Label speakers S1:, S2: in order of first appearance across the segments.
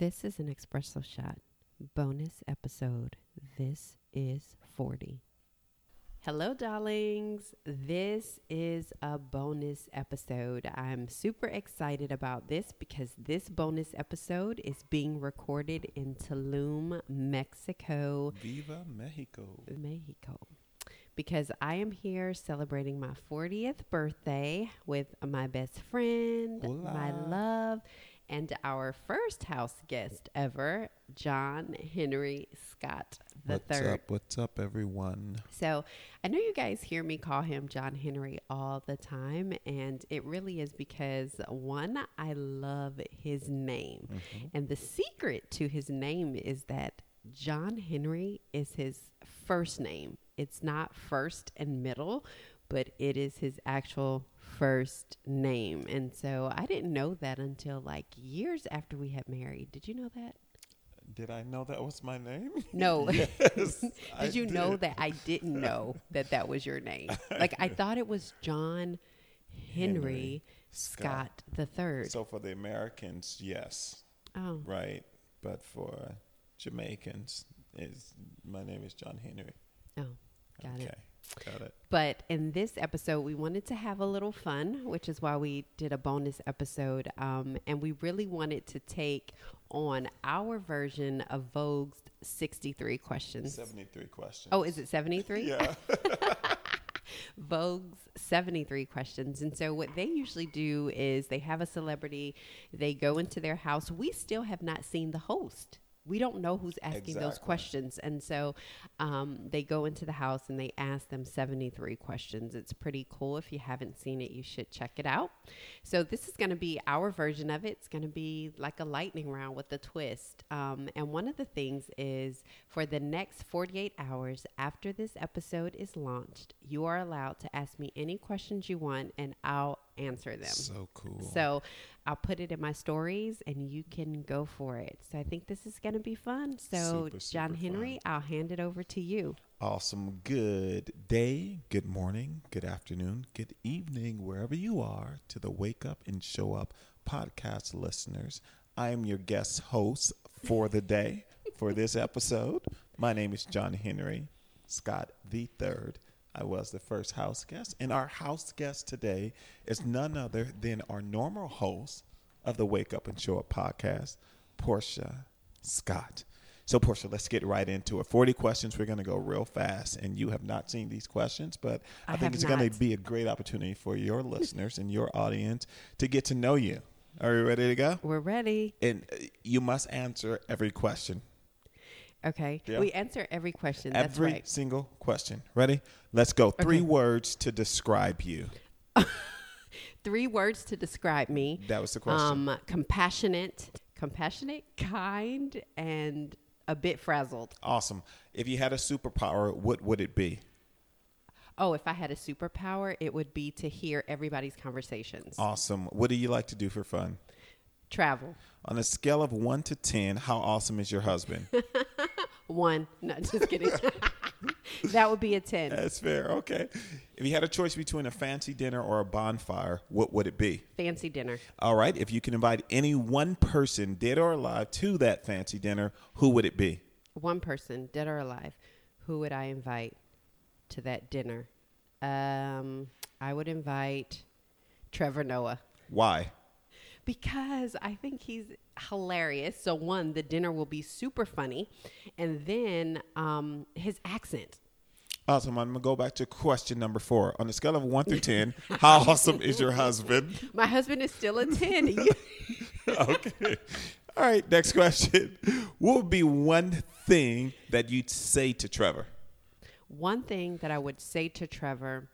S1: This is an espresso shot bonus episode. This is 40. Hello, darlings. This is a bonus episode. I'm super excited about this because this bonus episode is being recorded in Tulum, Mexico.
S2: Viva Mexico.
S1: Mexico. Because I am here celebrating my 40th birthday with my best friend, my
S2: Hola.
S1: love, and our first house guest ever, John Henry Scott the
S2: what's
S1: third.
S2: up? What's up, everyone?
S1: So I know you guys hear me call him John Henry all the time, and it really is because one, I love his name. And the secret to his name is that John Henry is his first name. It's not first and middle, but it is his actual first name. And so I didn't know that until like years after we had married. Did you know that?
S2: Did I know that was my name?
S1: No.
S2: Yes, I
S1: did you know
S2: did.
S1: that I didn't know that that was your name? Like I thought it was John Henry,
S2: Henry
S1: Scott the Third.
S2: So for the Americans, yes,
S1: oh,
S2: right. But for Jamaicans, is my name is John Henry.
S1: oh, got
S2: okay,
S1: it.
S2: got it.
S1: But in this episode, we wanted to have a little fun, which is why we did a bonus episode. Um, and we really wanted to take on our version of Vogue's 63 questions.
S2: Seventy-three questions.
S1: Oh, is it 73?
S2: yeah.
S1: Vogue's 73 questions. And so, what they usually do is they have a celebrity, they go into their house. We still have not seen the host. We don't know who's asking those
S2: Exactly.
S1: questions. And so um, they go into the house and they ask them 73 questions. It's pretty cool. If you haven't seen it, you should check it out. So, this is going to be our version of it. It's going to be like a lightning round with a twist. Um, and one of the things is for the next 48 hours after this episode is launched, you are allowed to ask me any questions you want and I'll answer them.
S2: So cool.
S1: So I'll put it in my stories and you can go for it. So I think this is going to be fun. So,
S2: Super,
S1: John
S2: super
S1: Henry, I'll hand it over to you.
S2: Awesome. Good day, good morning, good afternoon, good evening, wherever you are, to the Wake Up and Show Up podcast listeners. I am your guest host for the day for this episode. My name is John Henry Scott the Third. I was the first house guest, and our house guest today is none other than our normal host of the Wake Up and Show Up podcast, Portia Scott. So, Portia, let's get right into it. 40 questions. We're going to go real fast. And you have not seen these questions, but
S1: I
S2: I,
S1: have
S2: think it's going
S1: not.
S2: to be a great opportunity for your listeners and your audience to get to know you. Are you ready to go?
S1: We're ready.
S2: And uh, you must answer every question.
S1: Okay.
S2: Yeah.
S1: We answer every question. That's
S2: every
S1: right.
S2: single question. Ready? Let's go. Three
S1: Okay.
S2: words to describe you.
S1: Three words to describe me.
S2: That was the question.
S1: Um, compassionate, compassionate, kind, and a bit frazzled.
S2: awesome. If you had a superpower, what would it be?
S1: Oh, if I had a superpower, it would be to hear everybody's conversations.
S2: Awesome. What do you like to do for fun?
S1: Travel.
S2: On a scale of one to 10, how awesome is your husband?
S1: One. No, just kidding. that would be a 10.
S2: That's fair. Okay. If you had a choice between a fancy dinner or a bonfire, what would it be?
S1: Fancy dinner.
S2: All right. If you can invite any one person, dead or alive, to that fancy dinner, who would it be?
S1: One person, dead or alive, who would I invite to that dinner? Um, I would invite Trevor Noah.
S2: Why?
S1: Because I think he's hilarious. So one, the dinner will be super funny, and then um, his accent.
S2: Awesome. I'm going to go back to question number four. On a scale of one through 10, how awesome is your husband?
S1: My husband is still a ten. You-
S2: okay. All right. Next question. What would be one thing that you'd say to Trevor?
S1: One thing that I would say to Trevor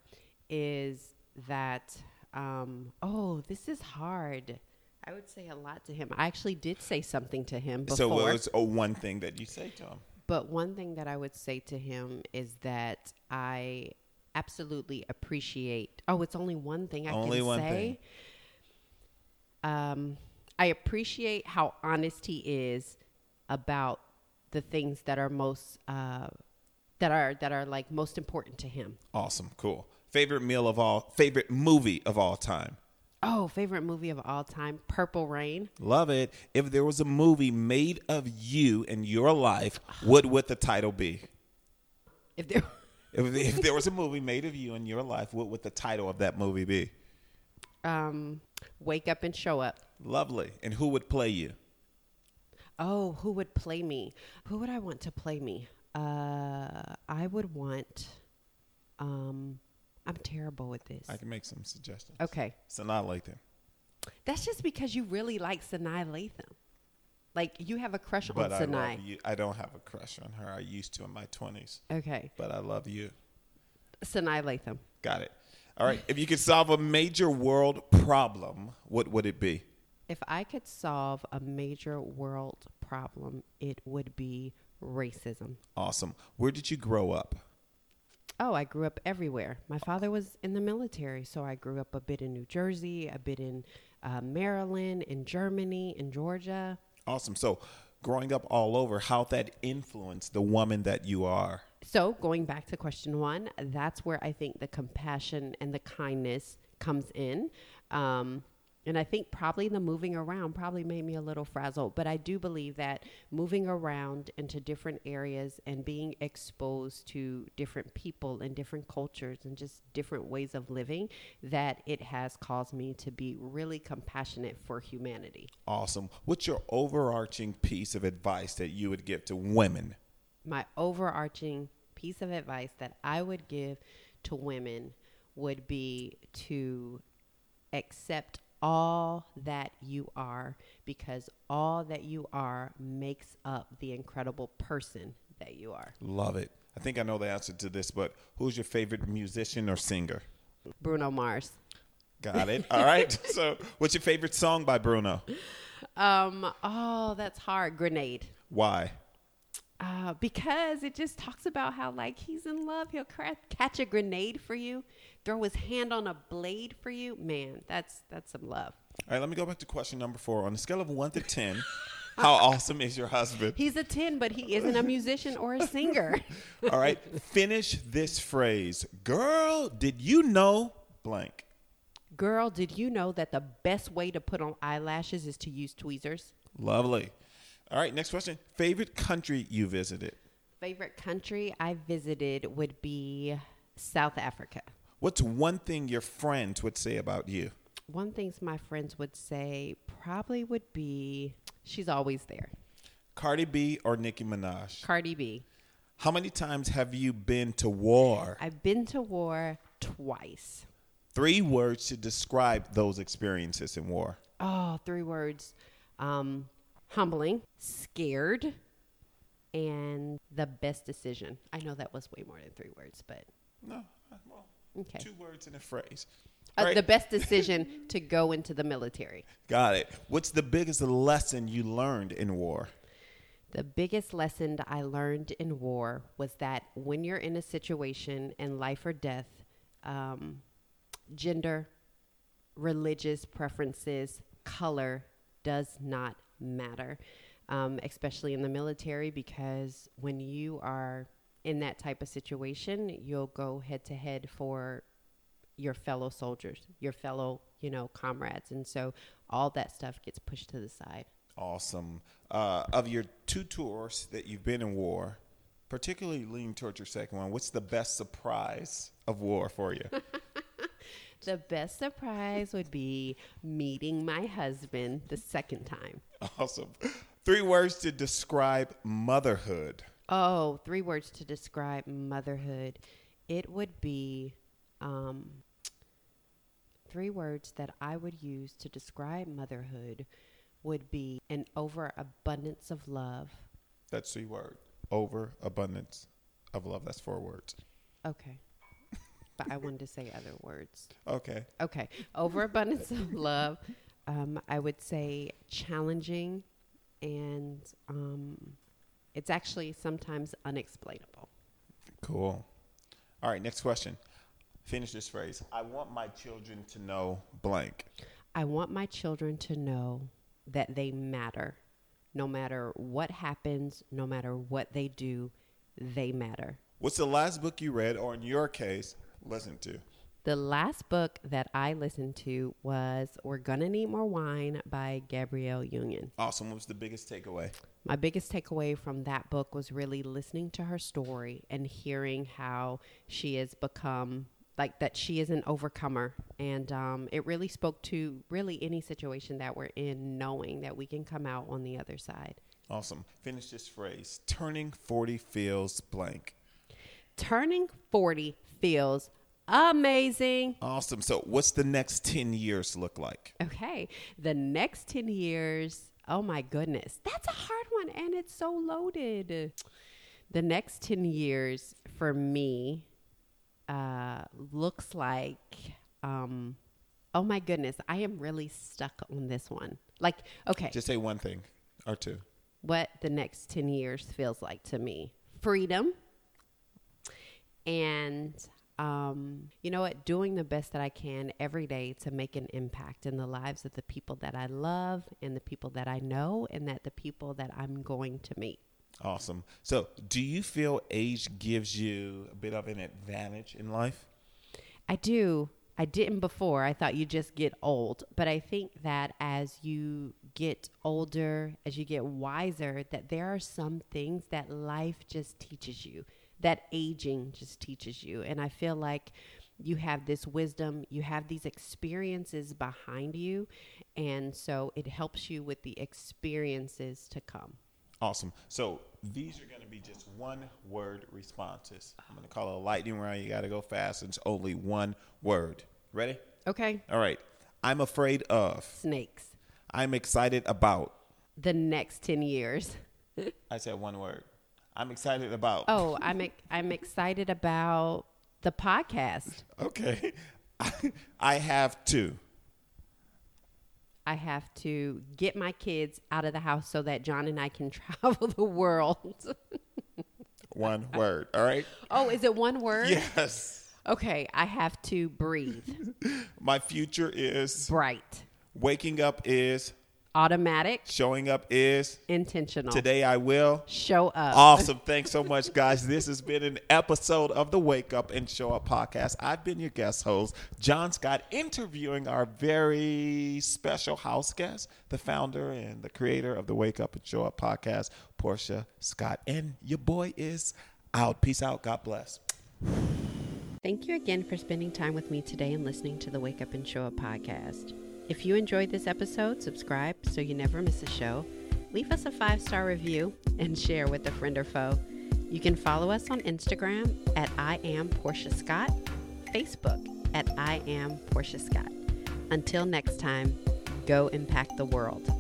S1: is that um, oh, this is hard. I would say a lot to him. I actually did say something to him before.
S2: So, what was a one thing that you say to him?
S1: But one thing that I would say to him is that I absolutely appreciate. Oh, it's only one thing I
S2: Only
S1: can
S2: one
S1: say. Um, I appreciate how honest he is about the things that are most uh, that are that are like most important to him.
S2: Awesome. Cool. Favorite meal of all, favorite movie of all time?
S1: Oh, favorite movie of all time, Purple Rain.
S2: Love it. If there was a movie made of you and your life, what would the title be?
S1: If there,
S2: If, if there was a movie made of you and your life, what would the title of that movie be?
S1: um, wake up and show up.
S2: Lovely. And who would play you?
S1: Oh, who would play me? Who would I want to play me? Uh, I would want. Um, I'm terrible with this.
S2: I can make some suggestions.
S1: okay,
S2: So not like that.
S1: that's just because you really like Sinai Latham. Like you have a crush
S2: But
S1: on
S2: I
S1: Sinai.
S2: love you. I don't have a crush on her. I used to in my twenties.
S1: Okay,
S2: But I love you.
S1: Sinai Latham.
S2: Got it. All right. If you could solve a major world problem, what would it be?
S1: If I could solve a major world problem, it would be racism.
S2: Awesome. Where did you grow up?
S1: Oh, I grew up everywhere. My father was in the military, so I grew up a bit in New Jersey, a bit in uh, Maryland, in Germany, in Georgia.
S2: Awesome. So, growing up all over, how that influenced the woman that you are.
S1: So, going back to question one, that's where I think the compassion and the kindness comes in. Um, and I think probably the moving around probably made me a little frazzled, but I do believe that moving around into different areas and being exposed to different people and different cultures and just different ways of living, that it has caused me to be really compassionate for humanity.
S2: Awesome. What's your overarching piece of advice that you would give to women?
S1: my overarching piece of advice that I would give to women would be to accept all that you are because all that you are makes up the incredible person that you are.
S2: Love it. I think I know the answer to this, but who's your favorite musician or singer?
S1: Bruno Mars.
S2: Got it. All right. So, what's your favorite song by Bruno?
S1: Um, oh, that's hard. Grenade.
S2: Why?
S1: Uh, because it just talks about how like he's in love. He'll cra- catch a grenade for you, throw his hand on a blade for you. Man, that's that's some love.
S2: All right, let me go back to question number four. On a scale of one to 10, how awesome is your husband?
S1: He's a 10, but he isn't a musician or a singer.
S2: All right, finish this phrase. Girl, did you know blank?
S1: Girl, did you know that the best way to put on eyelashes is to use tweezers?
S2: Lovely. All right, next question. Favorite country you visited?
S1: Favorite country I visited would be South Africa.
S2: What's one thing your friends would say about you?
S1: One thing my friends would say probably would be she's always there.
S2: Cardi B or Nicki Minaj?
S1: Cardi B.
S2: How many times have you been to war?
S1: I've been to war twice.
S2: Three words to describe those experiences in war.
S1: Oh, three words um, humbling, scared, and the best decision. I know that was way more than three words, but
S2: No, well,
S1: Okay.
S2: two words in a phrase.
S1: Uh,
S2: All right,
S1: The best decision to go into the military.
S2: got it. What's the biggest lesson you learned in war?
S1: The biggest lesson I learned in war was that when you're in a situation in life or death, um, gender, religious preferences, color does not matter, um, especially in the military, because when you are in that type of situation, you'll go head to head for your fellow soldiers, your fellow, you know, comrades. And so all that stuff gets pushed to the side.
S2: Awesome. Uh, of your two tours that you've been in war, particularly leaning towards your second one, what's the best surprise of war for you?
S1: The best surprise would be meeting my husband the second time.
S2: awesome. Three words to describe motherhood.
S1: Oh, three words to describe motherhood. It would be um, three words that I would use to describe motherhood would be an overabundance of love.
S2: That's three words. Over abundance of love. That's four words.
S1: Okay. But I wanted to say other words.
S2: Okay.
S1: Okay. Overabundance of love. Um, I would say challenging and um, it's actually sometimes unexplainable.
S2: Cool. All right. Next question. Finish this phrase. I want my children to know blank.
S1: I want my children to know that they matter. No matter what happens, no matter what they do, they matter.
S2: What's the last book you read, or in your case, listen to?
S1: The The last book that I listened to was We're Gonna Need More Wine by Gabrielle Union.
S2: Awesome. What was the biggest takeaway?
S1: My biggest takeaway from that book was really listening to her story and hearing how she has become like that she is an overcomer and um, it really spoke to really any situation that we're in knowing that we can come out on the other side
S2: Awesome. Finish this phrase. Turning 40 feels blank.
S1: turning 40 feels amazing
S2: Awesome. So, what's the next 10 years look like?
S1: Okay. The next 10 years. Oh my goodness. That's a hard one and it's so loaded. The next 10 years for me uh, looks like, um, oh my goodness, I am really stuck on this one. Like, okay,
S2: Just say one thing or two.
S1: what the next 10 years feels like to me freedom and um, you know what doing the best that i can every day to make an impact in the lives of the people that i love and the people that i know and that the people that i'm going to meet
S2: Awesome. So, do you feel age gives you a bit of an advantage in life?
S1: I do. I didn't before. I thought you just get old. But I think that as you get older, as you get wiser, that there are some things that life just teaches you, that aging just teaches you. And I feel like you have this wisdom, you have these experiences behind you. And so it helps you with the experiences to come.
S2: Awesome. So, these are going to be just one word responses. I'm going to call it a lightning round. You got to go fast. It's only one word. Ready?
S1: Okay.
S2: All right. I'm afraid of.
S1: Snakes.
S2: I'm excited about.
S1: The next 10 years.
S2: I said one word. I'm excited about.
S1: Oh, I'm ex- I'm excited about the podcast.
S2: Okay. I have two.
S1: I have to get my kids out of the house so that John and I can travel the world.
S2: One word. All right.
S1: oh, is it one Uh, word?
S2: Yes.
S1: Okay, I have to breathe.
S2: My future is
S1: Bright,
S2: waking up is
S1: automatic,
S2: showing up is
S1: intentional.
S2: today I will.
S1: Show up.
S2: Awesome. Thanks so much, guys. This has been an episode of the Wake Up and Show Up podcast. I've been your guest host, John Scott, interviewing our very special house guest, the founder and the creator of the Wake Up and Show Up podcast, Portia Scott. And your boy is out. Peace out. God bless.
S1: Thank you again for spending time with me today and listening to the Wake Up and Show Up podcast. If you enjoyed this episode, subscribe so you never miss a show. Leave us a five star review and share with a friend or foe. You can follow us on Instagram at I am Portia Scott, Facebook at I am Portia Scott. Until next time, go impact the world.